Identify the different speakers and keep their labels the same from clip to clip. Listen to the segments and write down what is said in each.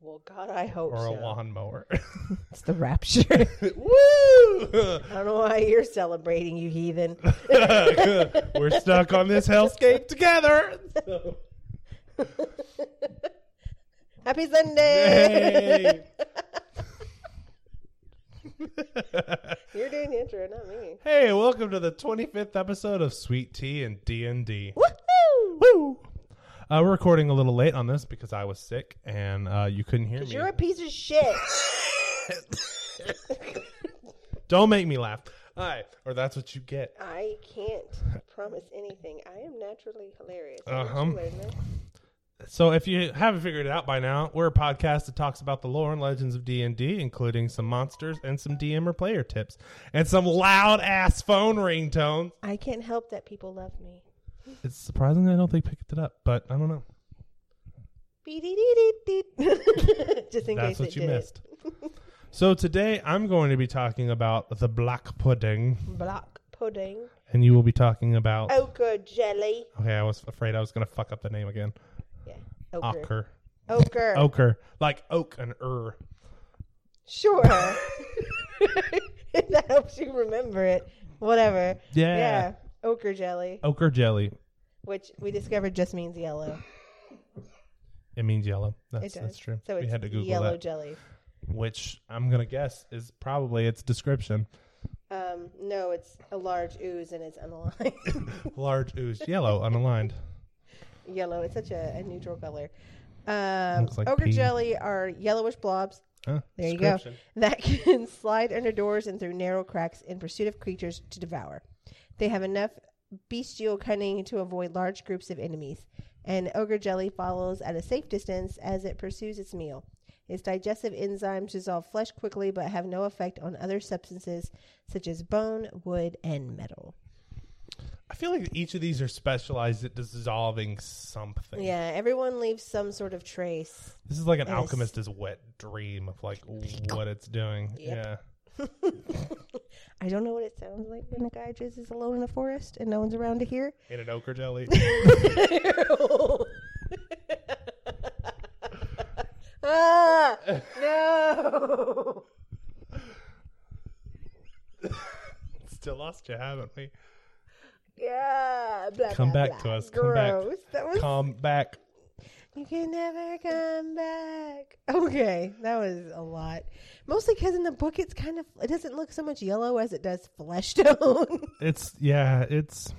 Speaker 1: Well, God, I hope
Speaker 2: or a
Speaker 1: so.
Speaker 2: lawnmower.
Speaker 1: It's the rapture.
Speaker 2: Woo!
Speaker 1: I don't know why you're celebrating, you heathen.
Speaker 2: We're stuck on this hellscape together.
Speaker 1: Happy Sunday.
Speaker 2: Hey.
Speaker 1: You're doing the intro, not me.
Speaker 2: hey, welcome to the 25th episode of Sweet Tea and D&D.
Speaker 1: Woohoo!
Speaker 2: Woo! Uh, we're recording a little late on this because I was sick and uh, you couldn't hear me.
Speaker 1: You're a piece of shit.
Speaker 2: Don't make me laugh. All right, or that's what you get.
Speaker 1: I can't promise anything. I am naturally hilarious.
Speaker 2: Uh-huh.
Speaker 1: Did you learn that?
Speaker 2: So if you haven't figured it out by now, we're a podcast that talks about the lore and legends of D&D, including some monsters and some DM or player tips and some loud ass phone ringtones.
Speaker 1: I can't help that people love me.
Speaker 2: It's surprising I don't think picked it up, but I don't know.
Speaker 1: Beep-dee-dee-dee-dee. Just in
Speaker 2: That's
Speaker 1: case
Speaker 2: what
Speaker 1: it
Speaker 2: you
Speaker 1: did it.
Speaker 2: missed. so today I'm going to be talking about the black pudding
Speaker 1: Block pudding,
Speaker 2: and you will be talking about
Speaker 1: ochre jelly.
Speaker 2: Okay, I was afraid I was going to fuck up the name again.
Speaker 1: Yeah, ochre.
Speaker 2: Ochre. Oh.
Speaker 1: Ochre.
Speaker 2: Ochre. Like oak and er.
Speaker 1: Sure. if that helps you remember it, whatever.
Speaker 2: Yeah. Oh.
Speaker 1: Yeah. Ochre jelly,
Speaker 2: Ochre jelly.
Speaker 1: which we discovered just means yellow.
Speaker 2: It means yellow. That's,
Speaker 1: it does.
Speaker 2: that's true.
Speaker 1: So it's
Speaker 2: we had to Google
Speaker 1: yellow
Speaker 2: that.
Speaker 1: jelly.
Speaker 2: which I'm gonna guess is probably its description:
Speaker 1: Um, no, it's a large ooze and it's unaligned.
Speaker 2: large ooze, yellow, unaligned.
Speaker 1: yellow. It's such a, a neutral color. Um,
Speaker 2: Looks like
Speaker 1: ochre
Speaker 2: pee.
Speaker 1: jelly are yellowish blobs
Speaker 2: Huh?
Speaker 1: There you go.
Speaker 2: description.
Speaker 1: that can slide under doors and through narrow cracks in pursuit of creatures to devour. They have enough bestial cunning to avoid large groups of enemies, and ogre jelly follows at a safe distance as it pursues its meal. Its digestive enzymes dissolve flesh quickly but have no effect on other substances such as bone, wood, and metal.
Speaker 2: I feel like each of these are specialized at dissolving something.
Speaker 1: Yeah, everyone leaves some sort of trace.
Speaker 2: This is like an
Speaker 1: Yes.
Speaker 2: alchemist's wet dream of like what it's doing. Yeah.
Speaker 1: I don't know what it sounds like when a guy just is alone in a forest and no one's around to hear.
Speaker 2: In an ochre jelly.
Speaker 1: ah, no.
Speaker 2: Still lost you, haven't we?
Speaker 1: Yeah. Blah,
Speaker 2: Come
Speaker 1: blah,
Speaker 2: back
Speaker 1: blah.
Speaker 2: to us. Come back.
Speaker 1: Gross. That was.
Speaker 2: Come back.
Speaker 1: You can never come back. Okay, that was a lot. Mostly because in the book, it's kind of it doesn't look so much yellow as it does flesh tone.
Speaker 2: It's yeah. It's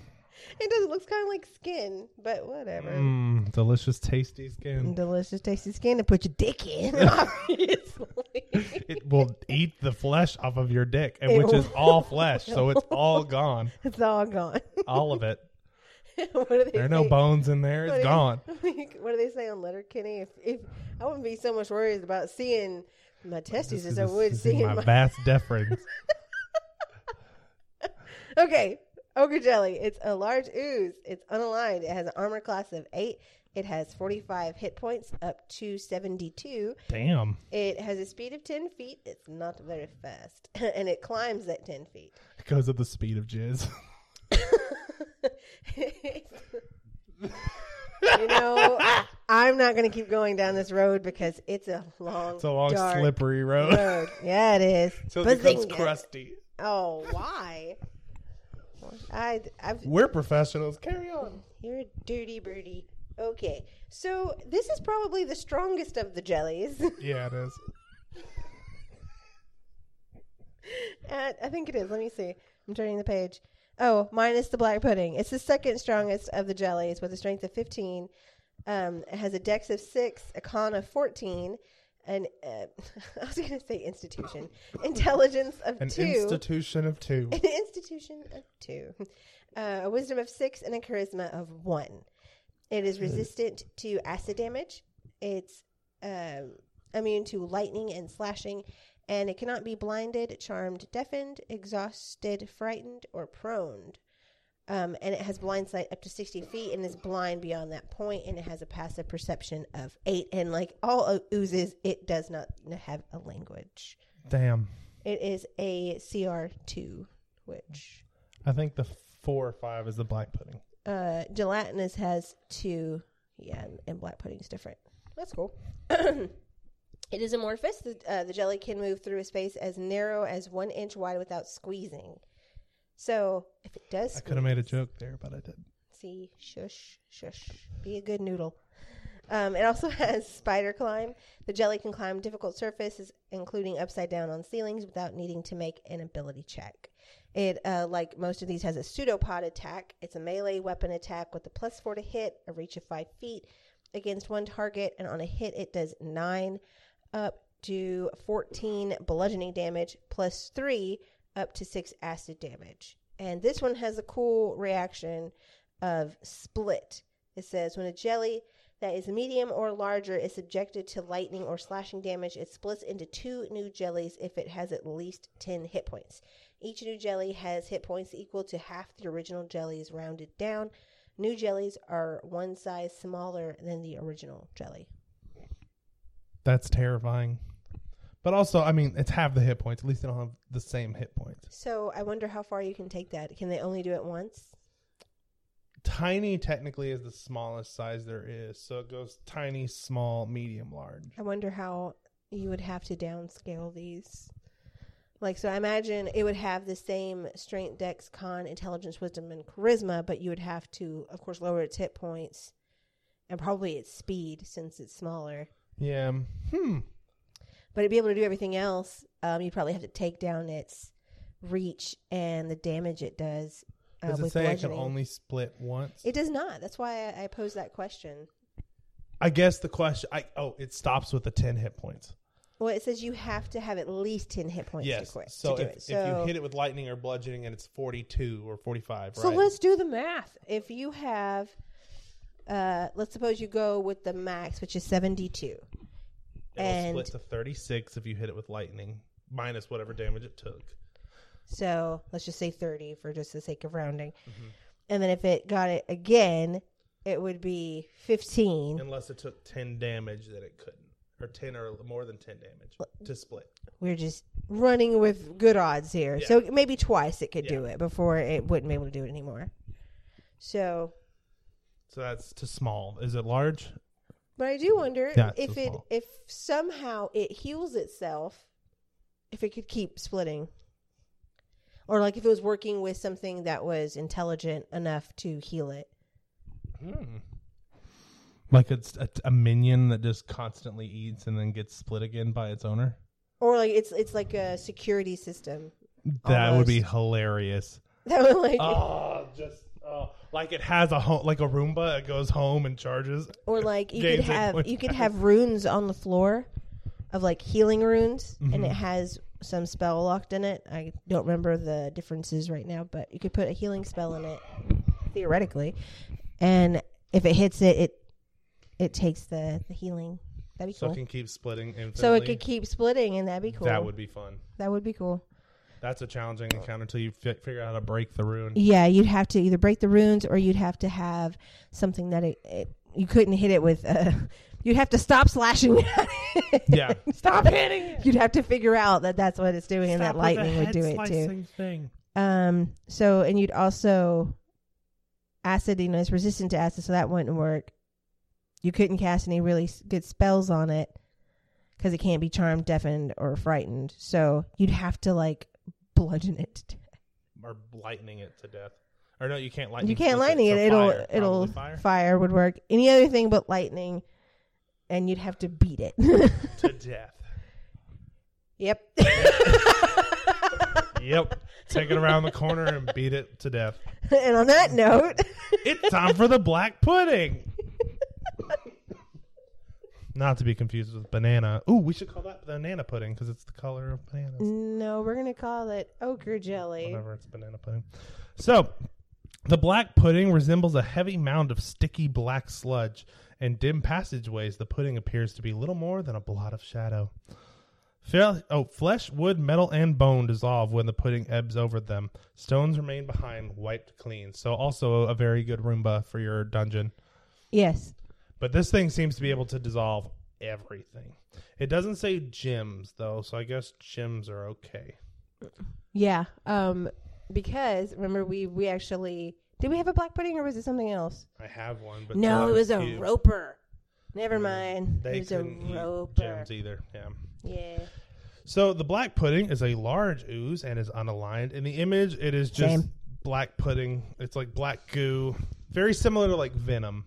Speaker 1: it does. It looks kind of like skin, but whatever.
Speaker 2: mm, delicious, tasty skin.
Speaker 1: Delicious, tasty skin to put your dick in. Obviously,
Speaker 2: It will eat the flesh off of your dick, and
Speaker 1: It
Speaker 2: which is
Speaker 1: will.
Speaker 2: all flesh, so it's all gone,
Speaker 1: it's all gone.
Speaker 2: all of it.
Speaker 1: what do they
Speaker 2: There are no
Speaker 1: say?
Speaker 2: bones in there.
Speaker 1: What
Speaker 2: It's
Speaker 1: do-
Speaker 2: gone.
Speaker 1: what do they say on Letterkenny? If, if I wouldn't be so much worried about seeing my testes as I would
Speaker 2: This is
Speaker 1: seeing
Speaker 2: my
Speaker 1: my,
Speaker 2: vast deference.
Speaker 1: okay. Ogre jelly. It's a large ooze. It's unaligned. It has an armor class of eight. It has forty-five hit points up to seventy-two.
Speaker 2: Damn.
Speaker 1: It has a speed of ten feet. It's not very fast, and it climbs at ten feet.
Speaker 2: It goes at the speed of jizz.
Speaker 1: you know, I'm not going to keep going down this road because it's a long,
Speaker 2: It's a long,
Speaker 1: dark
Speaker 2: slippery road.
Speaker 1: road. Yeah, it is.
Speaker 2: Till it becomes
Speaker 1: Bazinga.
Speaker 2: crusty.
Speaker 1: Oh, why? I, I've,
Speaker 2: We're professionals. Carry on.
Speaker 1: you're a dirty birdie. Okay, so this is probably the strongest of the jellies.
Speaker 2: Yeah, it is.
Speaker 1: Uh, I think it is. Let me see. I'm turning the page. Oh, minus the black pudding. It's the second strongest of the jellies with a strength of 15. Um, it has a dex of 6, a con of 14, and uh, I was going to say institution. Intelligence of
Speaker 2: An
Speaker 1: 2.
Speaker 2: institution of two.
Speaker 1: an institution of 2. Uh, a wisdom of 6 and a charisma of 1. It is resistant to acid damage. It's um, immune to lightning and slashing, and it cannot be blinded, charmed, deafened, exhausted, frightened, or proned. Um, and it has blind sight up to 60 feet and is blind beyond that point, and it has a passive perception of 8. And like all o- oozes, it does not have a language.
Speaker 2: Damn.
Speaker 1: It is a CR2, which
Speaker 2: I think the four or five is the black pudding.
Speaker 1: uh, gelatinous has two. Yeah, and, and black pudding's different. That's cool. It is amorphous. The, uh, the jelly can move through a space as narrow as one inch wide without squeezing. So if it does,
Speaker 2: I could have made a joke there, but I didn't.
Speaker 1: See, shush, shush. Be a good noodle. Um, it also has spider climb. The jelly can climb difficult surfaces, including upside down on ceilings, without needing to make an ability check. It, uh, like most of these, has a pseudopod attack. It's a melee weapon attack with a plus four to hit, a reach of five feet against one target, and on a hit, it does nine up to 14 bludgeoning damage, plus three up to six acid damage. And this one has a cool reaction of split. It says when a jelly that is medium or larger is subjected to lightning or slashing damage, it splits into two new jellies if it has at least 10 hit points. Each new jelly has hit points equal to half the original jellies rounded down. New jellies are one size smaller than the original jelly.
Speaker 2: That's terrifying. But also, I mean, it's half the hit points. At least they don't have the same hit points.
Speaker 1: So I wonder how far you can take that. Can they only do it once?
Speaker 2: Tiny technically is the smallest size there is, so it goes tiny, small, medium, large.
Speaker 1: I wonder how you would have to downscale these. Like, so I imagine it would have the same strength, dex, con, intelligence, wisdom, and charisma, but you would have to, of course, lower its hit points and probably its speed since it's smaller.
Speaker 2: Yeah. Hmm.
Speaker 1: But to be able to do everything else, um, you probably have to take down its reach and the damage it does uh,
Speaker 2: Does it
Speaker 1: with
Speaker 2: say it can
Speaker 1: bludgeoning.
Speaker 2: only split once?
Speaker 1: it does not. That's why I, I posed that question.
Speaker 2: I guess the question. I oh, it stops with the ten hit points.
Speaker 1: Well, it says you have to have at least ten hit points
Speaker 2: yes.
Speaker 1: to quit
Speaker 2: so
Speaker 1: to do
Speaker 2: if,
Speaker 1: it.
Speaker 2: if you hit it with lightning or bludgeoning, and it's forty-two or forty-five,
Speaker 1: So
Speaker 2: right?
Speaker 1: let's do the math. If you have, uh, let's suppose you go with the max, which is 72.
Speaker 2: It'll
Speaker 1: and-
Speaker 2: split to thirty-six if you hit it with lightning, minus whatever damage it took.
Speaker 1: So let's just say 30 for just the sake of rounding.
Speaker 2: Mm-hmm.
Speaker 1: And then if it got it again, it would be 15.
Speaker 2: Unless it took ten damage, that it couldn't, or ten or more than ten damage to split.
Speaker 1: We're just running with good odds here.
Speaker 2: Yeah.
Speaker 1: So maybe twice it could do
Speaker 2: Yeah.
Speaker 1: it before it wouldn't be able to do it anymore. So
Speaker 2: So that's to small. Is it large?
Speaker 1: But I do wonder
Speaker 2: Yeah, it's
Speaker 1: if
Speaker 2: so
Speaker 1: it
Speaker 2: small.
Speaker 1: if somehow it heals itself, if it could keep splitting, or like if it was working with something that was intelligent enough to heal it.
Speaker 2: Like it's a, a minion that just constantly eats and then gets split again by its owner.
Speaker 1: Or like it's it's like a security system
Speaker 2: That would be hilarious.
Speaker 1: that would like
Speaker 2: Oh, just oh, like it has a home, like a Roomba. It goes home and charges.
Speaker 1: or like you
Speaker 2: Gains
Speaker 1: could
Speaker 2: it
Speaker 1: have
Speaker 2: points
Speaker 1: you could have runes on the floor of like healing runes and
Speaker 2: Mm-hmm.
Speaker 1: it has some spell locked in it. I don't remember the differences right now, but you could put a healing spell in it theoretically. And if it hits it it it takes the, the healing. That'd be
Speaker 2: So
Speaker 1: cool.
Speaker 2: it can keep splitting infinitely.
Speaker 1: so it could keep splitting and that'd be cool.
Speaker 2: That would be fun.
Speaker 1: that would be cool.
Speaker 2: That's a challenging encounter until you fi- figure out how to break the rune.
Speaker 1: Yeah, you'd have to either break the runes or you'd have to have something that it, it you couldn't hit it with. Uh, you'd have to stop slashing. at it.
Speaker 2: Yeah.
Speaker 1: stop hitting. It. You'd have to figure out that that's what it's doing, and that lightning would do it too.
Speaker 2: Thing.
Speaker 1: Um. So, and you'd also acid. You know, it's resistant to acid, so that wouldn't work. You couldn't cast any really s- good spells on it because it can't be charmed, deafened, or frightened. So you'd have to like bludgeon it to death.
Speaker 2: Or lightning it to death. Or no, you can't lightning.
Speaker 1: you can't
Speaker 2: split
Speaker 1: lightning it.
Speaker 2: so
Speaker 1: it'll
Speaker 2: fire,
Speaker 1: it'll
Speaker 2: probably
Speaker 1: fire.
Speaker 2: fire
Speaker 1: would work. Any other thing but lightning, and you'd have to beat it.
Speaker 2: to death.
Speaker 1: yep.
Speaker 2: Yep. Take it around the corner and beat it to death.
Speaker 1: and on that note,
Speaker 2: It's time for the black pudding. Not to be confused with banana. Ooh, we should call that banana pudding because it's the color of bananas.
Speaker 1: no, we're gonna call it ochre jelly.
Speaker 2: Whatever, it's banana pudding. So, the black pudding resembles a heavy mound of sticky black sludge. In dim passageways, the pudding appears to be little more than a blot of shadow. Fe- oh, flesh, wood, metal, and bone dissolve when the pudding ebbs over them. Stones remain behind, wiped clean. So, also a very good Roomba for your dungeon.
Speaker 1: Yes.
Speaker 2: But this thing seems to be able to dissolve everything. It doesn't say gems, though, so I guess gems are okay.
Speaker 1: Yeah. Um, because remember we we actually did we have a black pudding or was it something else?
Speaker 2: I have one, but
Speaker 1: no,
Speaker 2: that
Speaker 1: it was a
Speaker 2: cute.
Speaker 1: roper. Never mind.
Speaker 2: They
Speaker 1: There's a
Speaker 2: couldn't eat
Speaker 1: roper.
Speaker 2: gems either. Yeah.
Speaker 1: Yeah.
Speaker 2: So the black pudding is a large ooze and is unaligned. In the image, it is just
Speaker 1: Same.
Speaker 2: black pudding. It's like black goo, very similar to like venom.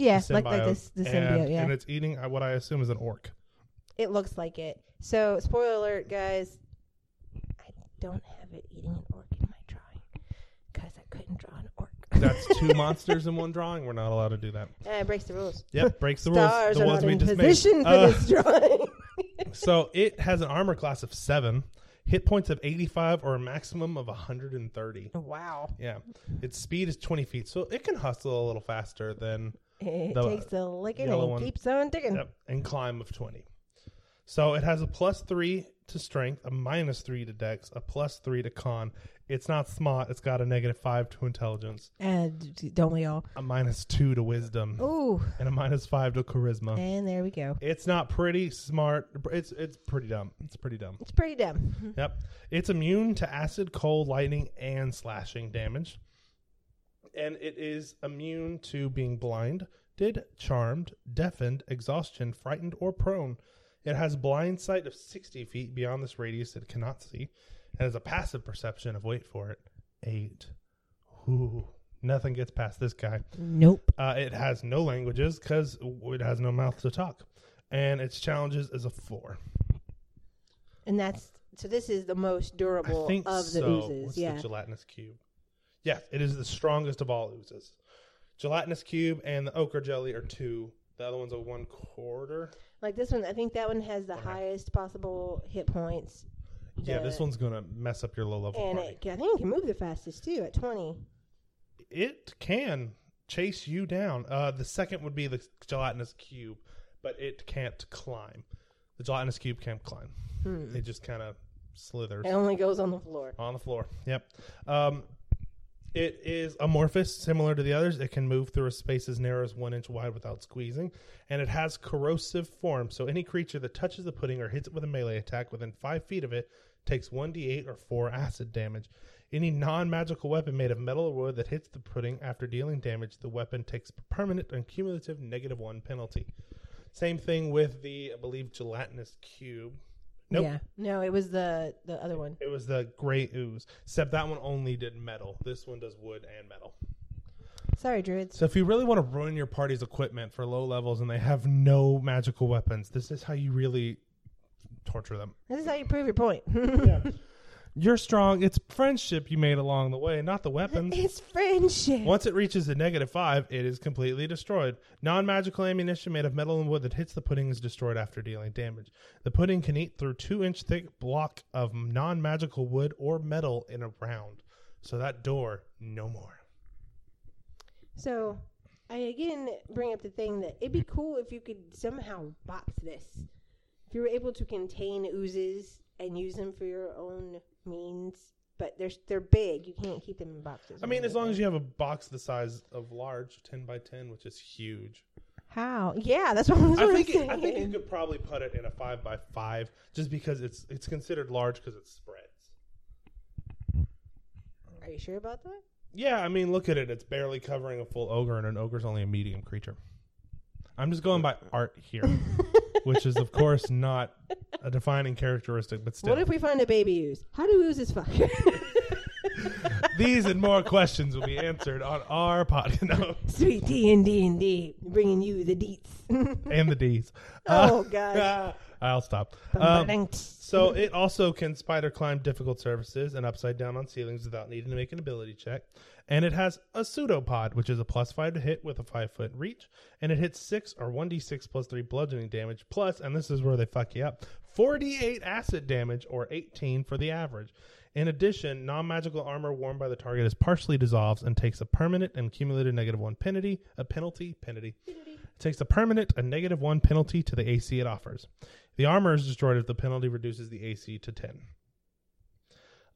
Speaker 1: Yeah,
Speaker 2: the
Speaker 1: like like
Speaker 2: symbiote.
Speaker 1: this the
Speaker 2: and,
Speaker 1: symbiote, yeah.
Speaker 2: and it's eating uh, what I assume is an orc.
Speaker 1: It looks like it. So, spoiler alert, guys. I don't have it eating an orc in my drawing because I couldn't draw an orc.
Speaker 2: That's two monsters in one drawing. We're not allowed to do that.
Speaker 1: Uh, it breaks the rules.
Speaker 2: Yep, breaks the rules.
Speaker 1: Stars
Speaker 2: The
Speaker 1: are
Speaker 2: ones
Speaker 1: not
Speaker 2: we
Speaker 1: in
Speaker 2: just
Speaker 1: position
Speaker 2: made.
Speaker 1: for
Speaker 2: Uh,
Speaker 1: this drawing.
Speaker 2: so it has an armor class of seven, hit points of eighty-five, or a maximum of hundred and thirty.
Speaker 1: wow.
Speaker 2: Yeah, its speed is twenty feet, so it can hustle a little faster than
Speaker 1: It
Speaker 2: The
Speaker 1: takes a licking
Speaker 2: yellow
Speaker 1: and
Speaker 2: one.
Speaker 1: keeps on digging.
Speaker 2: Yep, and climb of 20. So it has a plus three to strength, a minus three to dex, a plus three to con. It's not smart. It's got a negative five to intelligence,
Speaker 1: And d- don't we all?
Speaker 2: a minus two to wisdom,
Speaker 1: Ooh.
Speaker 2: and a minus five to charisma.
Speaker 1: Oh. And there we go.
Speaker 2: It's not pretty smart. It's it's pretty dumb. It's pretty dumb.
Speaker 1: It's pretty dumb.
Speaker 2: Yep. It's immune to acid, cold, lightning, and slashing damage. And it is immune to being blind, did, charmed, deafened, exhaustion, frightened, or prone. It has blind sight of 60 feet beyond this radius it cannot see, and has a passive perception of, wait for it, eight. Ooh, nothing gets past this guy.
Speaker 1: Nope.
Speaker 2: Uh, it has no languages because it has no mouth to talk, and its challenges is a four.
Speaker 1: And that's so. This is the most durable
Speaker 2: I think
Speaker 1: of the
Speaker 2: so.
Speaker 1: oozes.
Speaker 2: What's
Speaker 1: yeah.
Speaker 2: the gelatinous cube? Yes, it is the strongest of all oozes. Gelatinous cube and the ochre jelly are two. The other one's a one quarter.
Speaker 1: like this one, I think that one has the
Speaker 2: One half.
Speaker 1: highest possible hit points.
Speaker 2: Yeah, this
Speaker 1: The-
Speaker 2: one's gonna mess up your low level
Speaker 1: And
Speaker 2: party.
Speaker 1: it, I think it can move the fastest too at 20.
Speaker 2: It can chase you down. Uh, the second would be the gelatinous cube, but it can't climb. The gelatinous cube can't climb.
Speaker 1: Hmm.
Speaker 2: It just kind of slithers.
Speaker 1: It only goes on the floor.
Speaker 2: On the floor. Yep. Um, it is amorphous, similar to the others. It can move through a space as narrow as one inch wide without squeezing, and it has corrosive form. So any creature that touches the pudding or hits it with a melee attack within five feet of it takes one d8 or four acid damage. Any non-magical weapon made of metal or wood that hits the pudding after dealing damage, the weapon takes permanent and cumulative negative one penalty. Same thing with the, I believe, gelatinous cube. Nope.
Speaker 1: Yeah. No, it was the the other one.
Speaker 2: It was the gray ooze, except that one only did metal. This one does wood and metal.
Speaker 1: Sorry, druids.
Speaker 2: So if you really want to ruin your party's equipment for low levels and they have no magical weapons, this is how you really torture them.
Speaker 1: This is how you prove your point.
Speaker 2: Mm. You're strong. It's friendship you made along the way, not the weapons.
Speaker 1: it's friendship.
Speaker 2: Once it reaches the negative five, it is completely destroyed. Non magical ammunition made of metal and wood that hits the pudding is destroyed after dealing damage. The pudding can eat through two inch thick block of non magical wood or metal in a round. So that door, no more.
Speaker 1: So, I again bring up the thing that it'd be cool if you could somehow box this. If you were able to contain oozes and use them for your own means, but they're they're big. You can't keep them in boxes.
Speaker 2: I mean, as long as you have a box the size of large, ten by ten, which is huge.
Speaker 1: how? Yeah, that's what I'm
Speaker 2: I think
Speaker 1: saying.
Speaker 2: it, I think you could probably put it in a five by five, just because it's it's considered large because it spreads.
Speaker 1: Are you sure about that?
Speaker 2: Yeah, I mean, look at it; it's barely covering a full ogre, and an ogre's only a medium creature. I'm just going by art here, which is of course not a defining characteristic, but still.
Speaker 1: What if we find a baby ooze? How do oozes fuck?
Speaker 2: These and more questions will be answered on our podcast, no,
Speaker 1: Sweet D and D and D, bringing you the deets.
Speaker 2: and the D's.
Speaker 1: oh gosh.
Speaker 2: Uh, I'll stop. Um, So it also can spider climb difficult surfaces and upside down on ceilings without needing to make an ability check. And it has a pseudopod, which is a plus five to hit with a five foot reach, and it hits six or one d six plus three bludgeoning damage plus, and this is where they fuck you up, forty eight acid damage or eighteen for the average. In addition, non magical armor worn by the target is partially dissolves and takes a permanent and cumulative negative one penalty, a penalty, penalty. It takes a permanent and negative one penalty to the AC it offers. The armor is destroyed if the penalty reduces the AC to 10.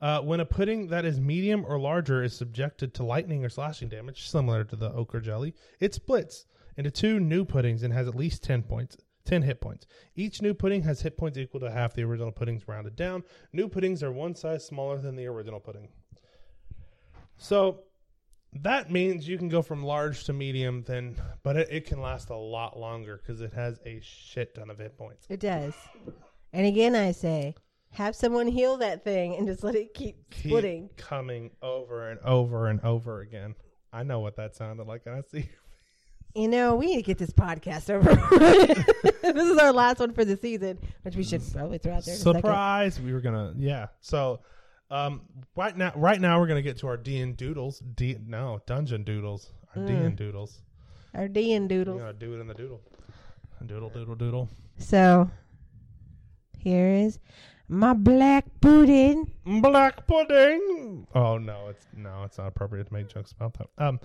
Speaker 2: Uh, when a pudding that is medium or larger is subjected to lightning or slashing damage, similar to the ochre jelly, it splits into two new puddings and has at least 10 points. 10 hit points. Each new pudding has hit points equal to half the original puddings rounded down. New puddings are one size smaller than the original pudding. So that means you can go from large to medium, then, but it, it can last a lot longer because it has a shit ton of hit points.
Speaker 1: It does. And again, I say, have someone heal that thing and just let it keep,
Speaker 2: Keep
Speaker 1: splitting.
Speaker 2: coming over and over and over again. I know what that sounded like, and I see.
Speaker 1: You know, we need to get this podcast over. with. this is our last one for the season, which we should probably throw out there. in a second.
Speaker 2: Surprise! We were gonna, yeah. So, um, right now, right now we're gonna get to our D and doodles. D no dungeon doodles. Our D and doodles.
Speaker 1: Our D and
Speaker 2: You
Speaker 1: Mm. Doodles.
Speaker 2: gotta do it in the doodle. Doodle, doodle, doodle.
Speaker 1: So here is my black pudding.
Speaker 2: Black pudding. Oh no, it's no, it's not appropriate to make jokes about that. Um,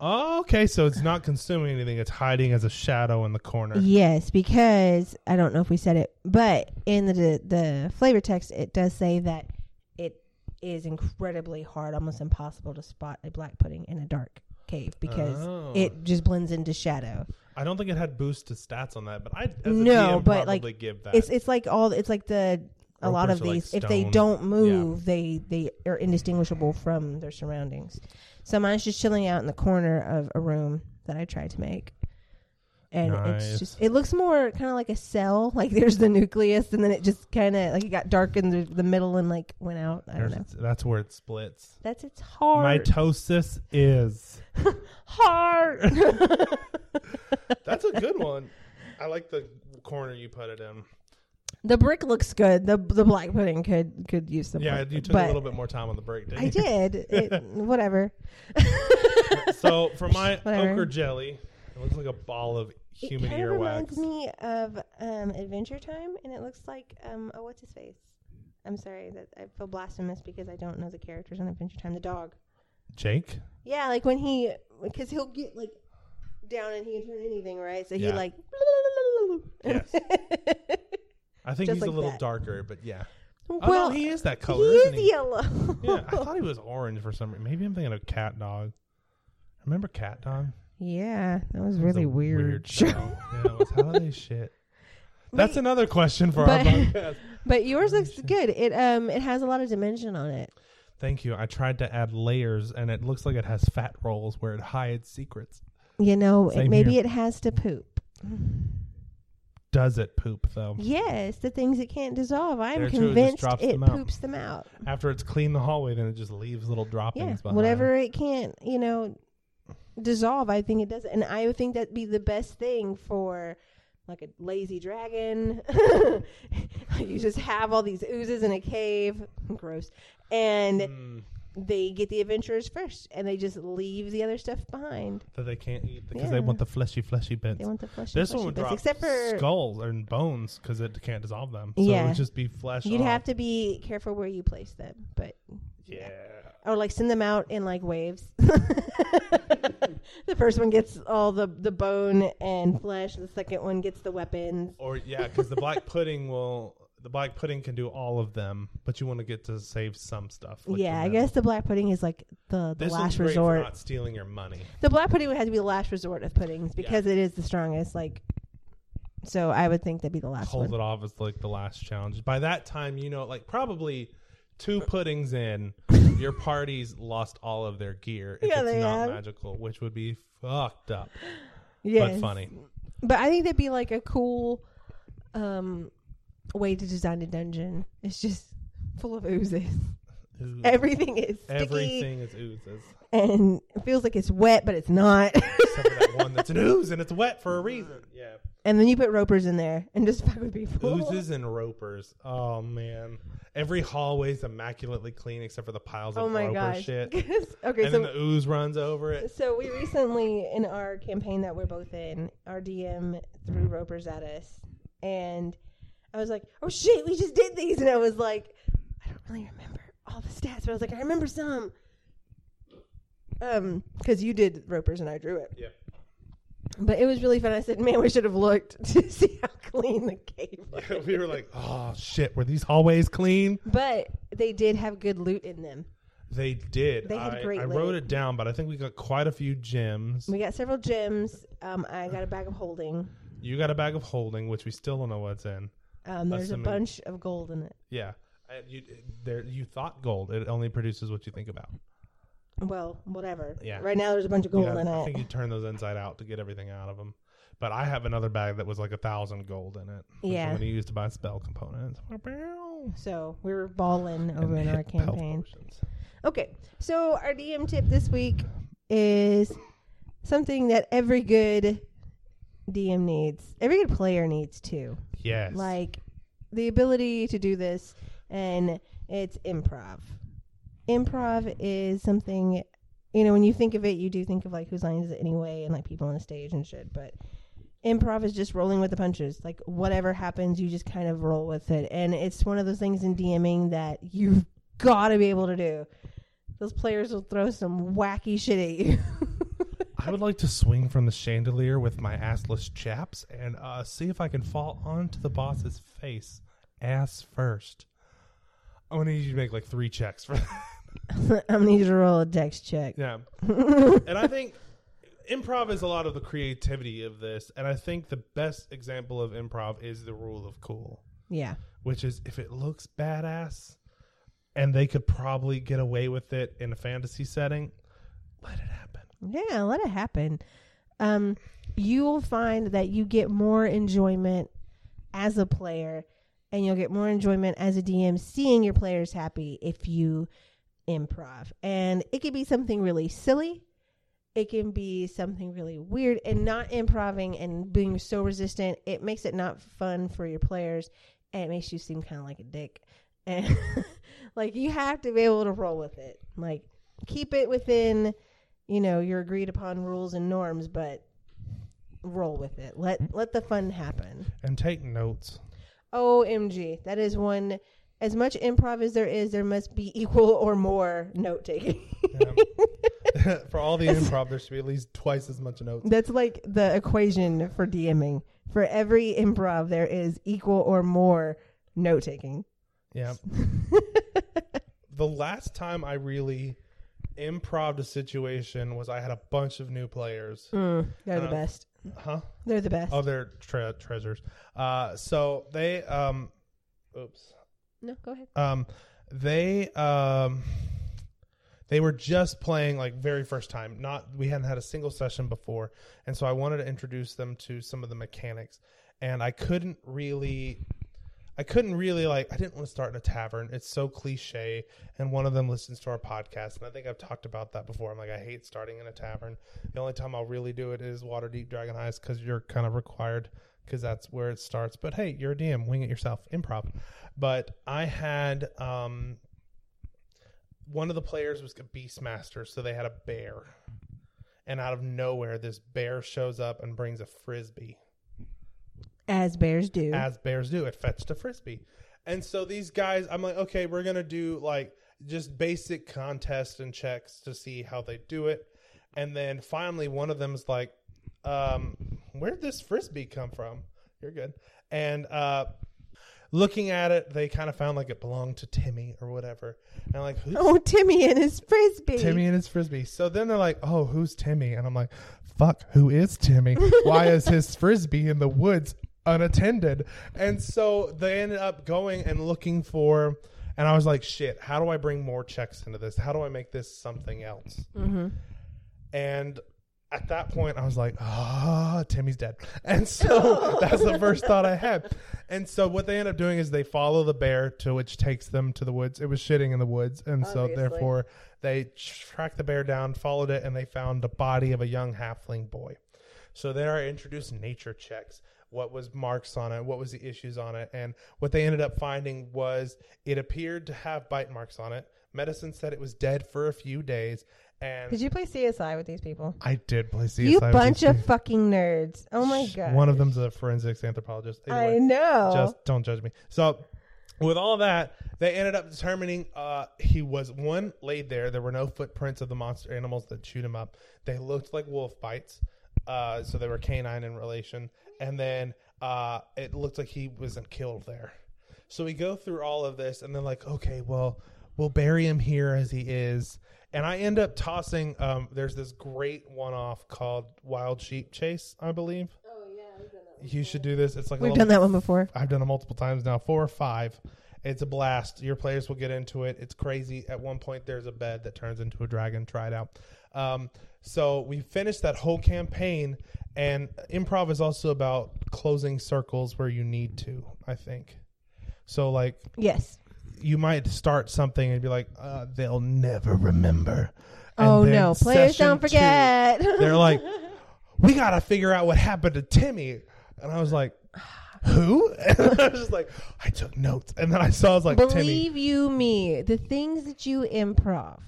Speaker 2: okay, so it's not consuming anything. It's hiding as a shadow in the corner.
Speaker 1: Yes, because I don't know if we said it, but in the the flavor text, it does say that it is incredibly hard, almost impossible to spot a black pudding in a dark cave because
Speaker 2: Oh.
Speaker 1: it just blends into shadow.
Speaker 2: I don't think it had boosted stats on that, but I as a
Speaker 1: No,
Speaker 2: DM,
Speaker 1: but,
Speaker 2: probably
Speaker 1: like,
Speaker 2: give that.
Speaker 1: It's it's like all it's like the a lot
Speaker 2: Ropers
Speaker 1: of
Speaker 2: are like
Speaker 1: these if they
Speaker 2: stone.
Speaker 1: don't move they they are indistinguishable from their surroundings. So mine's just chilling out in the corner of a room that I tried to make. And
Speaker 2: Nice.
Speaker 1: it's just it looks more kind of like a cell, like there's the nucleus and then it just kind of like it got dark in the, the middle and like went out. I don't
Speaker 2: There's-
Speaker 1: know.
Speaker 2: That's where it splits.
Speaker 1: That's its heart.
Speaker 2: Mitosis is.
Speaker 1: heart.
Speaker 2: That's a good one. I like the corner you put it in.
Speaker 1: the brick looks good. The the black pudding could could use the
Speaker 2: Yeah,
Speaker 1: brick,
Speaker 2: you took
Speaker 1: but
Speaker 2: a little bit more time on the break, didn't
Speaker 1: I
Speaker 2: you?
Speaker 1: did. It, whatever.
Speaker 2: So for my
Speaker 1: Whatever.
Speaker 2: ochre jelly, it looks like a ball of human
Speaker 1: it kind of reminds
Speaker 2: earwax.
Speaker 1: me of um, Adventure Time, and it looks like um, oh, what's his face? I'm sorry that I feel blasphemous because I don't know the characters on Adventure Time. The dog.
Speaker 2: Jake?
Speaker 1: Yeah, like when he, because he'll get like down and he can turn anything right. So he
Speaker 2: Yeah.
Speaker 1: like.
Speaker 2: Yes. I think
Speaker 1: Just
Speaker 2: he's
Speaker 1: like
Speaker 2: a little
Speaker 1: that.
Speaker 2: darker, but yeah. Oh,
Speaker 1: well,
Speaker 2: no,
Speaker 1: he,
Speaker 2: he is that color,
Speaker 1: is
Speaker 2: isn't he?
Speaker 1: yellow.
Speaker 2: Yeah, I thought he was orange for some reason. Maybe I'm thinking of Cat Dog. Remember Cat Dog?
Speaker 1: Yeah, that was
Speaker 2: It was
Speaker 1: really
Speaker 2: a
Speaker 1: weird.
Speaker 2: show. yeah, it was holiday shit. That's
Speaker 1: Wait,
Speaker 2: another question for
Speaker 1: But-
Speaker 2: our podcast.
Speaker 1: but yours looks good. It um it has a lot of dimension on it.
Speaker 2: Thank you. I tried to add layers, and it looks like it has fat rolls where it hides secrets.
Speaker 1: You know, it,
Speaker 2: Same
Speaker 1: maybe
Speaker 2: here.
Speaker 1: it has to poop.
Speaker 2: Does it poop though?
Speaker 1: Yes, the things it can't dissolve. I'm
Speaker 2: There too, it just
Speaker 1: convinced
Speaker 2: drops
Speaker 1: it
Speaker 2: them out.
Speaker 1: poops them out.
Speaker 2: After it's clean the hallway, then it just leaves little droppings
Speaker 1: Yeah,
Speaker 2: behind.
Speaker 1: whatever it can't, you know, dissolve. I think it does, and I would think that'd be the best thing for like a lazy dragon. you just have all these oozes in a cave, gross, and
Speaker 2: Mm,
Speaker 1: they get the adventurers first, and they just leave the other stuff behind.
Speaker 2: that they can't eat because
Speaker 1: Yeah.
Speaker 2: they want the fleshy, fleshy bits.
Speaker 1: They want the flesh.
Speaker 2: This one would drop
Speaker 1: except for
Speaker 2: skulls and bones because it can't dissolve them. So it
Speaker 1: Yeah.
Speaker 2: would just be flesh.
Speaker 1: you'd
Speaker 2: on.
Speaker 1: have to be careful where you place them, but
Speaker 2: Yeah.
Speaker 1: Or like send them out in like waves. the first one gets all the the bone and flesh. The second one gets the weapons.
Speaker 2: Or yeah, because the black pudding will. The black pudding can do all of them, but you want to get to save some stuff. like the
Speaker 1: yeah, I
Speaker 2: middle.
Speaker 1: guess the black pudding is like the, the
Speaker 2: This one's
Speaker 1: last
Speaker 2: great
Speaker 1: resort.
Speaker 2: For not stealing your money.
Speaker 1: The black pudding would have to be the last resort of puddings because it is the strongest. Like, so I would think that'd be the last
Speaker 2: hold
Speaker 1: one.
Speaker 2: it off as like the last challenge. By that time, you know, like probably two puddings in, your party's lost all of their gear. If
Speaker 1: Yeah,
Speaker 2: it's
Speaker 1: they
Speaker 2: not
Speaker 1: have.
Speaker 2: magical, which would be fucked up,
Speaker 1: Yes.
Speaker 2: but funny.
Speaker 1: But I think that'd be like a cool um, way to design a dungeon. It's just full of oozes.
Speaker 2: Ooh.
Speaker 1: Everything is sticky
Speaker 2: Everything is oozes.
Speaker 1: and it feels like it's wet, but it's not.
Speaker 2: Except for that one that's an ooze and it's wet for a reason. Yeah.
Speaker 1: And then you put ropers in there and just fuck with people.
Speaker 2: Oozes and ropers. Oh man. Every hallway's immaculately clean except for the piles of
Speaker 1: oh my
Speaker 2: roper
Speaker 1: gosh.
Speaker 2: shit.
Speaker 1: okay,
Speaker 2: And
Speaker 1: so
Speaker 2: then the ooze runs over it.
Speaker 1: so we recently in our campaign that we're both in, our DM threw ropers at us, and I was like, "Oh shit, we just did these," and I was like, "I don't really remember all the stats," but I was like, "I remember some." Um, because you did ropers and I drew it.
Speaker 2: Yeah.
Speaker 1: But it was really fun. I said, "Man, we should have looked to see how clean the cave." was."
Speaker 2: we were like, oh shit, were these hallways clean?
Speaker 1: But they did have good loot in them.
Speaker 2: They did.
Speaker 1: They had
Speaker 2: I,
Speaker 1: great
Speaker 2: I wrote
Speaker 1: leg.
Speaker 2: it down, but I think we got quite a few gems.
Speaker 1: We got several gems. Um, I got a bag of holding.
Speaker 2: You got a bag of holding, which we still don't know what's in.
Speaker 1: Um, there's
Speaker 2: Assuming-
Speaker 1: a bunch of gold in it.
Speaker 2: Yeah, I, you, there, you thought gold. It only produces what you think about.
Speaker 1: Well, whatever.
Speaker 2: Yeah.
Speaker 1: Right now, there's a bunch of gold
Speaker 2: Yeah,
Speaker 1: in
Speaker 2: I
Speaker 1: it.
Speaker 2: think you turn those inside out to get everything out of them. But I have another bag that was like a thousand gold in it. which
Speaker 1: Yeah.
Speaker 2: I'm going to use to buy spell components.
Speaker 1: So we were balling over
Speaker 2: And
Speaker 1: in our
Speaker 2: hip health
Speaker 1: campaign.
Speaker 2: potions.
Speaker 1: Okay, so our DM tip this week is something that every good DM needs, every good player needs too.
Speaker 2: Yes.
Speaker 1: Like the ability to do this, and it's improv. Improv is something, you know, when you think of it, you do think of like whose line is it anyway, and like people on the stage and shit, but. Improv is just rolling with the punches. Like whatever happens, you just kind of roll with it, and it's one of those things in DMing that you've got to be able to do. Those players will throw some wacky shit at you.
Speaker 2: I would like to swing from the chandelier with my assless chaps and uh, see if I can fall onto the boss's face ass first. I'm going to need you to make like three checks for that.
Speaker 1: I'm gonna need you to roll a dex check.
Speaker 2: Yeah. and I think improv is a lot of the creativity of this. And I think the best example of improv is the rule of cool,
Speaker 1: Yeah.
Speaker 2: which is if it looks badass and they could probably get away with it in a fantasy setting, let it happen.
Speaker 1: Yeah, let it happen. Um, you will find that you get more enjoyment as a player, and you'll get more enjoyment as a DM seeing your players happy if you improv. And it can be something really silly, it can be something really weird, and not improving and being so resistant, it makes it not fun for your players, and it makes you seem kind of like a dick. And like, you have to be able to roll with it. Like, keep it within you know your agreed upon rules and norms but roll with it let let the fun happen
Speaker 2: And take notes.
Speaker 1: omg that is one as much improv as there is there must be equal or more note taking
Speaker 2: Yeah. for all the improv, there should be at least twice as much notes.
Speaker 1: that's like the equation for dming for every improv there is equal or more note taking
Speaker 2: Yeah. the last time I really improved a situation was I had a bunch of new players.
Speaker 1: they're the
Speaker 2: Uh,
Speaker 1: best
Speaker 2: Huh?
Speaker 1: they're the best
Speaker 2: other tre- treasures. Uh, so they, um, oops,
Speaker 1: no go ahead
Speaker 2: um, they, um, they were just playing like very first time. Not we hadn't had a single session before, and so I wanted to introduce them to some of the mechanics, and I couldn't really. I couldn't really like I didn't want to start in a tavern. It's so cliche and one of them listens to our podcast and I think I've talked about that before. I'm like I hate starting in a tavern. The only time I'll really do it is Waterdeep Dragon Eyes cuz you're kind of required cuz that's where it starts. But hey, you're a DM, wing it yourself, improv. But I had um one of the players was a beastmaster, so they had a bear. And out of nowhere this bear shows up and brings a frisbee
Speaker 1: as bears do
Speaker 2: as bears do. It fetched a frisbee. And so these guys, I'm like, okay, we're gonna do like just basic contests and checks to see how they do it. And then finally one of them's like, um, where'd this frisbee come from? You're good. And uh looking at it, they kind of found like it belonged to Timmy or whatever. And I'm like, who's
Speaker 1: oh timmy and his frisbee
Speaker 2: Timmy and his frisbee. So then they're like, "Oh, who's Timmy?" And I'm like, "Fuck, who is Timmy? Why is his frisbee in the woods unattended?" And so they ended up going and looking for. And I was like, "Shit, how do I bring more checks into this? How do I make this something else?" And at that point, I was like, ah, Timmy's dead. And so that's the first thought I had. And so what they end up doing is they follow the bear to which takes them to the woods. It was shitting in the woods. And
Speaker 1: Obviously.
Speaker 2: so therefore they tracked the bear down, followed it, and they found the body of a young halfling boy. So there I introduced nature checks. What was marks on it? What was the issues on it? And what they ended up finding was it appeared to have bite marks on it. Medicine said it was dead for a few days. And
Speaker 1: did you play csi with these people
Speaker 2: I did play CSI.
Speaker 1: you
Speaker 2: with
Speaker 1: bunch
Speaker 2: these
Speaker 1: of fucking nerds. Oh my
Speaker 2: two.
Speaker 1: god.
Speaker 2: One of them's a forensics anthropologist. Either
Speaker 1: I
Speaker 2: way,
Speaker 1: know.
Speaker 2: just don't judge me. So, with all that, they ended up determining uh, he was one laid there. There were no footprints of the monster animals that chewed him up. They looked like wolf bites, uh, so they were canine in relation. And then uh, it looked like he wasn't killed there. So we go through all of this, and then like, okay, well, we'll bury him here as he is. And I end up tossing. Um, there's this great one-off called Wild Sheep Chase, I believe. Oh yeah, you should do this. It's like a
Speaker 1: We've
Speaker 2: little-
Speaker 1: done that one before.
Speaker 2: I've done it multiple times now, four or five. It's a blast. Your players will get into it. It's crazy. At one point, there's a bed that turns into a dragon. Try it out. Um, so we finished that whole campaign, and improv is also about closing circles where you need to. I think. So like
Speaker 1: Yes.
Speaker 2: you might start something and be like, uh, they'll never remember. And
Speaker 1: oh
Speaker 2: then
Speaker 1: no, players
Speaker 2: session
Speaker 1: don't
Speaker 2: two,
Speaker 1: forget.
Speaker 2: they're like, we got to figure out what happened to Timmy. And I was like, who? And I was just like, I took notes. And then I saw, I was like, Timmy.
Speaker 1: Believe you me, the things that you improv,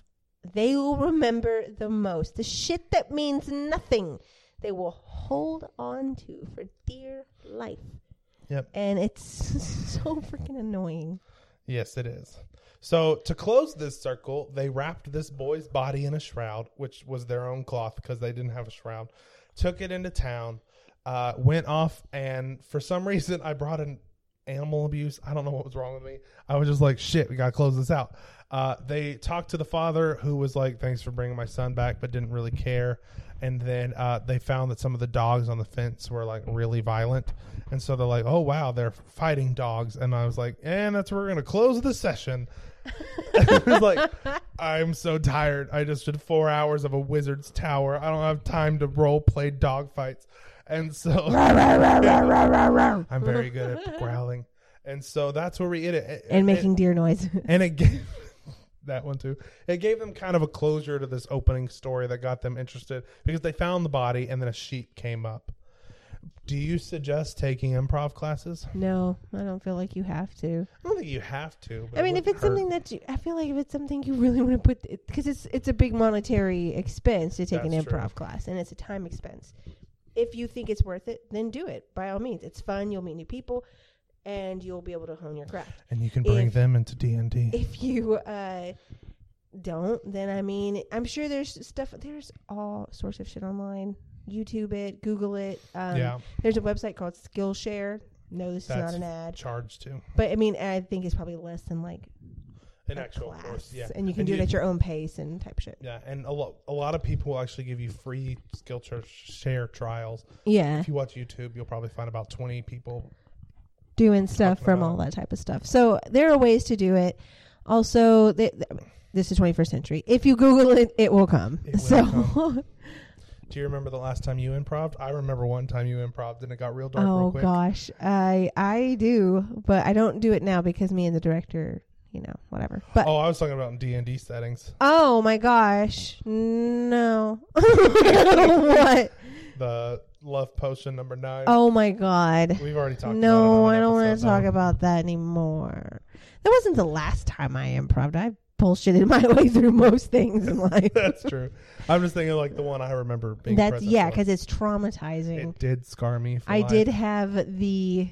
Speaker 1: they will remember the most. The shit that means nothing, they will hold on to for dear life.
Speaker 2: Yep.
Speaker 1: And it's so freaking annoying.
Speaker 2: Yes, it is. So to close this circle, they wrapped this boy's body in a shroud, which was their own cloth because they didn't have a shroud. Took it into town, uh, went off, and for some reason, I brought an animal abuse. I don't know what was wrong with me. I was just like, shit, we gotta close this out. Uh, they talked to the father, who was like, thanks for bringing my son back, but didn't really care. And then uh, they found that some of the dogs on the fence were like really violent, and so they're like, oh wow, they're fighting dogs. And I was like, and that's where we're gonna close the session. it was like, I'm so tired. I just did four hours of a wizard's tower. I don't have time to role play dog fights. And so I'm very good at growling. And so that's where we hit it. It-
Speaker 1: And
Speaker 2: it-
Speaker 1: making deer noise.
Speaker 2: and it gave that one too. It gave them kind of a closure to this opening story that got them interested because they found the body and then a sheep came up. Do you suggest taking improv classes?
Speaker 1: no, I don't feel like you have to.
Speaker 2: I don't think you have to. But
Speaker 1: I
Speaker 2: it
Speaker 1: mean, if
Speaker 2: wouldn't
Speaker 1: it's
Speaker 2: hurt.
Speaker 1: something that you, I feel like if it's something you really want to put, because it's it's a big monetary expense to take an
Speaker 2: That's true.
Speaker 1: improv class, and it's a time expense. If you think it's worth it, then do it by all means. It's fun. You'll meet new people, and you'll be able to hone your craft.
Speaker 2: and you can bring
Speaker 1: if-
Speaker 2: them into D and D.
Speaker 1: If you uh, don't, then I mean, I'm sure there's stuff. There's all sorts of shit online. YouTube it, Google it. Um,
Speaker 2: Yeah,
Speaker 1: There's a website called Skillshare. No, this
Speaker 2: That's
Speaker 1: is not an ad,
Speaker 2: charge too.
Speaker 1: but I mean, I think it's probably less than like
Speaker 2: An
Speaker 1: a
Speaker 2: actual
Speaker 1: class,
Speaker 2: course. Yeah,
Speaker 1: and you can do it at your own pace and type shit.
Speaker 2: Yeah, and a lot a lot of people will actually give you free Skillshare share trials.
Speaker 1: Yeah,
Speaker 2: If you watch YouTube, you'll probably find about twenty people.
Speaker 1: doing stuff
Speaker 2: Talking
Speaker 1: from
Speaker 2: about-
Speaker 1: all that type of stuff. So there are ways to do it. Also, th- th- this is 21st century. If you Google it, it will come.
Speaker 2: It will
Speaker 1: so
Speaker 2: Do you remember the last time you improved? I remember one time you improved and it got real dark real
Speaker 1: oh
Speaker 2: quick.
Speaker 1: gosh, I I do, but I don't do it now because me and the director, you know, whatever. But
Speaker 2: Oh, I was talking about in D and D settings.
Speaker 1: oh my gosh, no, what?
Speaker 2: The love potion number nine.
Speaker 1: Oh my god.
Speaker 2: We've already talked
Speaker 1: No,
Speaker 2: about it.
Speaker 1: I don't want to talk
Speaker 2: about
Speaker 1: about that anymore. That wasn't the last time I improved. I bullshitted my way through most things in life.
Speaker 2: That's true. I'm just thinking like the one I remember being
Speaker 1: That's
Speaker 2: present
Speaker 1: yeah,
Speaker 2: for.
Speaker 1: because it's traumatizing.
Speaker 2: it did scar me for
Speaker 1: I
Speaker 2: life.
Speaker 1: did have the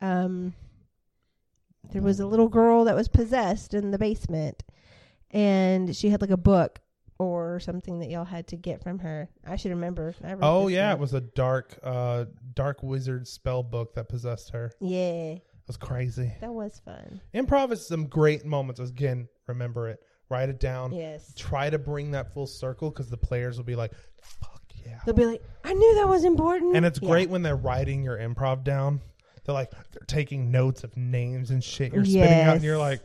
Speaker 1: um. There was a little girl that was possessed in the basement, and she had like a book or something that y'all had to get from her. I should remember. I wrote
Speaker 2: Oh
Speaker 1: this
Speaker 2: yeah,
Speaker 1: down.
Speaker 2: it was a dark uh dark wizard spell book that possessed her.
Speaker 1: yeah,
Speaker 2: It was crazy.
Speaker 1: that was fun.
Speaker 2: Improv is some great moments. Again, remember it. Write it down.
Speaker 1: Yes.
Speaker 2: Try to bring that full circle because the players will be like, fuck yeah.
Speaker 1: They'll be like, I knew that was important.
Speaker 2: And it's
Speaker 1: Yeah.
Speaker 2: great when they're writing your improv down. They're like, they're taking notes of names and shit you're spitting out, and you're
Speaker 1: Yes.
Speaker 2: like,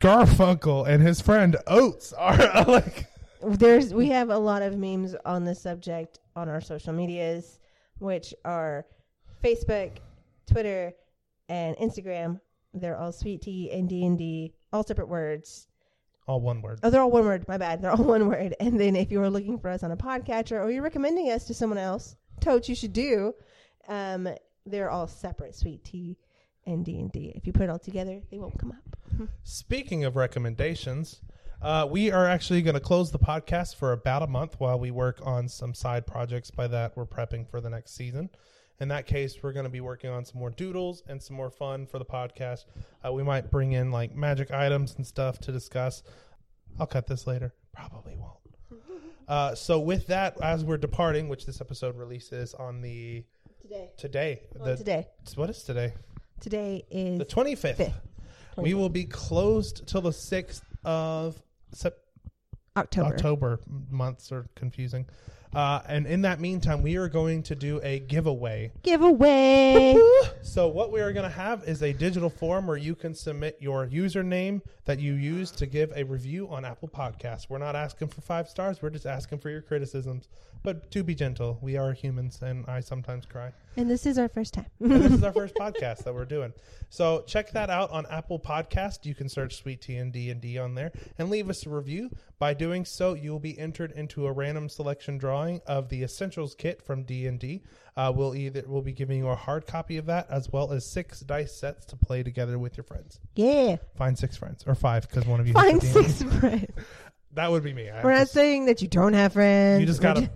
Speaker 2: Garfunkel and his friend Oates are like,
Speaker 1: there's we have a lot of memes on this subject on our social medias, which are Facebook, Twitter, and Instagram. They're all sweet tea and D and D, all separate words.
Speaker 2: all one word.
Speaker 1: Oh, they're all one word. My bad. They're all one word. And then if you are looking for us on a podcatcher or you're recommending us to someone else, totes you should do. Um, they're all separate sweet tea and D and D. If you put it all together, they won't come up.
Speaker 2: Speaking of recommendations, uh, we are actually going to close the podcast for about a month while we work on some side projects. By that, we're prepping for the next season. In that case, we're going to be working on some more doodles and some more fun for the podcast. Uh, we might bring in like magic items and stuff to discuss. I'll cut this later. Probably won't. Uh, so, with that, as we're departing, which this episode releases on the
Speaker 1: Today.
Speaker 2: today,
Speaker 1: On
Speaker 2: the,
Speaker 1: today.
Speaker 2: what is today?
Speaker 1: Today is
Speaker 2: The 25th.
Speaker 1: Fifth.
Speaker 2: We will be closed till the 6th of Sep-
Speaker 1: October.
Speaker 2: October. Months are confusing. Uh, and in that meantime, we are going to do a giveaway.
Speaker 1: Giveaway.
Speaker 2: So what we are going to have is a digital form where you can submit your username that you use to give a review on Apple Podcasts. We're not asking for five stars. We're just asking for your criticisms. But do be gentle. We are humans, and I sometimes cry.
Speaker 1: and this is our first time.
Speaker 2: And this is our first podcast that we're doing. So check that out on Apple Podcast. You can search Sweet Tea and D and D on there and leave us a review. By doing so, you will be entered into a random selection drawing of the Essentials kit from D and D. Uh, We'll either we'll be giving you a hard copy of that as well as six dice sets to play together with your friends.
Speaker 1: yeah.
Speaker 2: Find six friends or five because one of you. has
Speaker 1: Find
Speaker 2: a DM.
Speaker 1: six friends.
Speaker 2: That would be me. I
Speaker 1: We're not
Speaker 2: just-
Speaker 1: saying that you don't have friends.
Speaker 2: you just
Speaker 1: We're
Speaker 2: gotta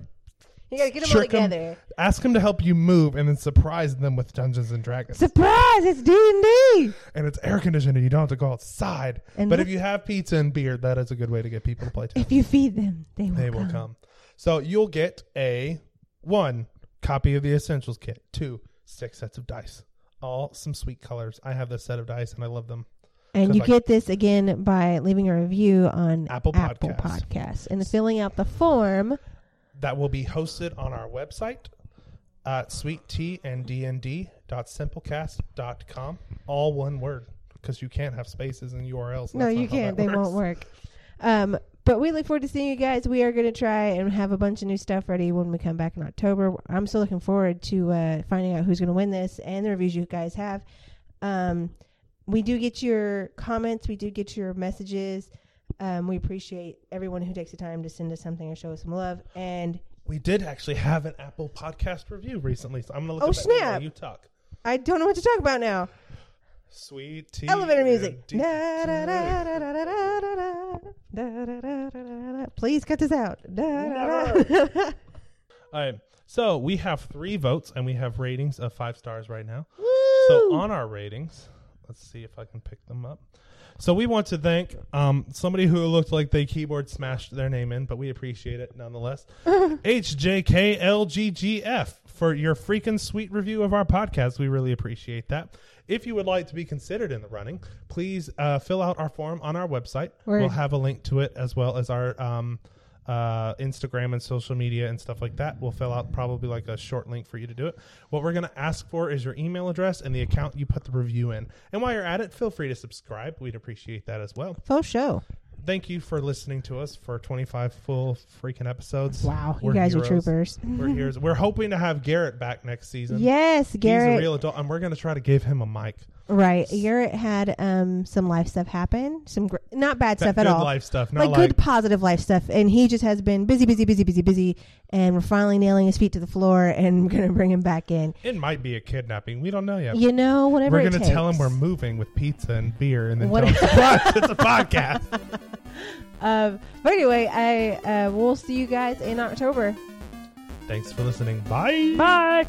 Speaker 1: You gotta get them all
Speaker 2: trick 'em.
Speaker 1: together.
Speaker 2: ask them to help you move and then surprise them with Dungeons and Dragons.
Speaker 1: Surprise! It's D and D.
Speaker 2: and it's air conditioned and you don't have to go outside.
Speaker 1: And
Speaker 2: but
Speaker 1: what-
Speaker 2: if you have pizza and beer, that is a good way to get people to play too.
Speaker 1: If you feed them, they will,
Speaker 2: They will come. So you'll get a one copy of the essentials kit, two six sets of dice, all some sweet colors. I have this set of dice and I love them.
Speaker 1: And you
Speaker 2: Cause I-
Speaker 1: get this again by leaving a review on
Speaker 2: Apple
Speaker 1: Apple
Speaker 2: Podcasts.
Speaker 1: Podcasts and filling out the form.
Speaker 2: That will be hosted on our website at sweet tea and dnd.simplecast.com. All one word because you can't have spaces and URLs.
Speaker 1: No,
Speaker 2: That's
Speaker 1: you
Speaker 2: not how
Speaker 1: can't.
Speaker 2: that
Speaker 1: They
Speaker 2: works.
Speaker 1: won't work. Um, but we look forward to seeing you guys. We are going to try and have a bunch of new stuff ready when we come back in October. I'm still looking forward to uh, finding out who's going to win this and the reviews you guys have. Um, we do get your comments. We do get your messages. Um, we appreciate everyone who takes the time to send us something or show us some love. And
Speaker 2: We did actually have an Apple podcast review recently, so I'm going to look
Speaker 1: Oh,
Speaker 2: at that while
Speaker 1: snap.
Speaker 2: you talk.
Speaker 1: I don't know what to talk about now.
Speaker 2: Sweet tea.
Speaker 1: Elevator
Speaker 2: and
Speaker 1: music.
Speaker 2: deep-
Speaker 1: Da-da-da-da-da-da-da-da-da-da-da-da-da-da. Please cut this out. Da-da-da.
Speaker 2: All right. So we have three votes and we have ratings of five stars right now.
Speaker 1: Woo!
Speaker 2: So on our ratings, let's see if I can pick them up. So we want to thank um, somebody who looked like they keyboard smashed their name in, but we appreciate it nonetheless. HJKLGGF for your freaking sweet review of our podcast. We really appreciate that. If you would like to be considered in the running, please uh, fill out our form on our website.
Speaker 1: Word.
Speaker 2: We'll have a link to it as well as our um, uh, Instagram and social media and stuff like that. We'll fill out probably like a short link for you to do it. What we're going to ask for is your email address and the account you put the review in. And while you're at it, feel free to subscribe. We'd appreciate that as well.
Speaker 1: Full show.
Speaker 2: Thank you for listening to us for 25 full freaking episodes.
Speaker 1: Wow, you
Speaker 2: We're
Speaker 1: guys are
Speaker 2: heroes.
Speaker 1: troopers.
Speaker 2: We're heroes. We're hoping to have Garrett back next season.
Speaker 1: Yes,
Speaker 2: He's a
Speaker 1: Garrett.
Speaker 2: real adult, and we're going to try to give him a mic.
Speaker 1: right, Garrett had um, some life stuff happen. Some gr- not bad stuff
Speaker 2: That
Speaker 1: at
Speaker 2: good
Speaker 1: all.
Speaker 2: life stuff, not
Speaker 1: Like,
Speaker 2: like,
Speaker 1: good positive life stuff, and he just has been busy, busy, busy, busy, busy, and we're finally nailing his feet to the floor, and we're gonna bring him back in.
Speaker 2: it might be a kidnapping. We don't know yet.
Speaker 1: You know, whatever.
Speaker 2: We're
Speaker 1: it
Speaker 2: gonna tell him
Speaker 1: takes.
Speaker 2: we're moving with pizza and beer, and then
Speaker 1: What-
Speaker 2: tell him, surprise, it's a podcast.
Speaker 1: Um, but anyway, uh, I uh, we'll see you guys in October.
Speaker 2: Thanks for listening. Bye.
Speaker 1: Bye.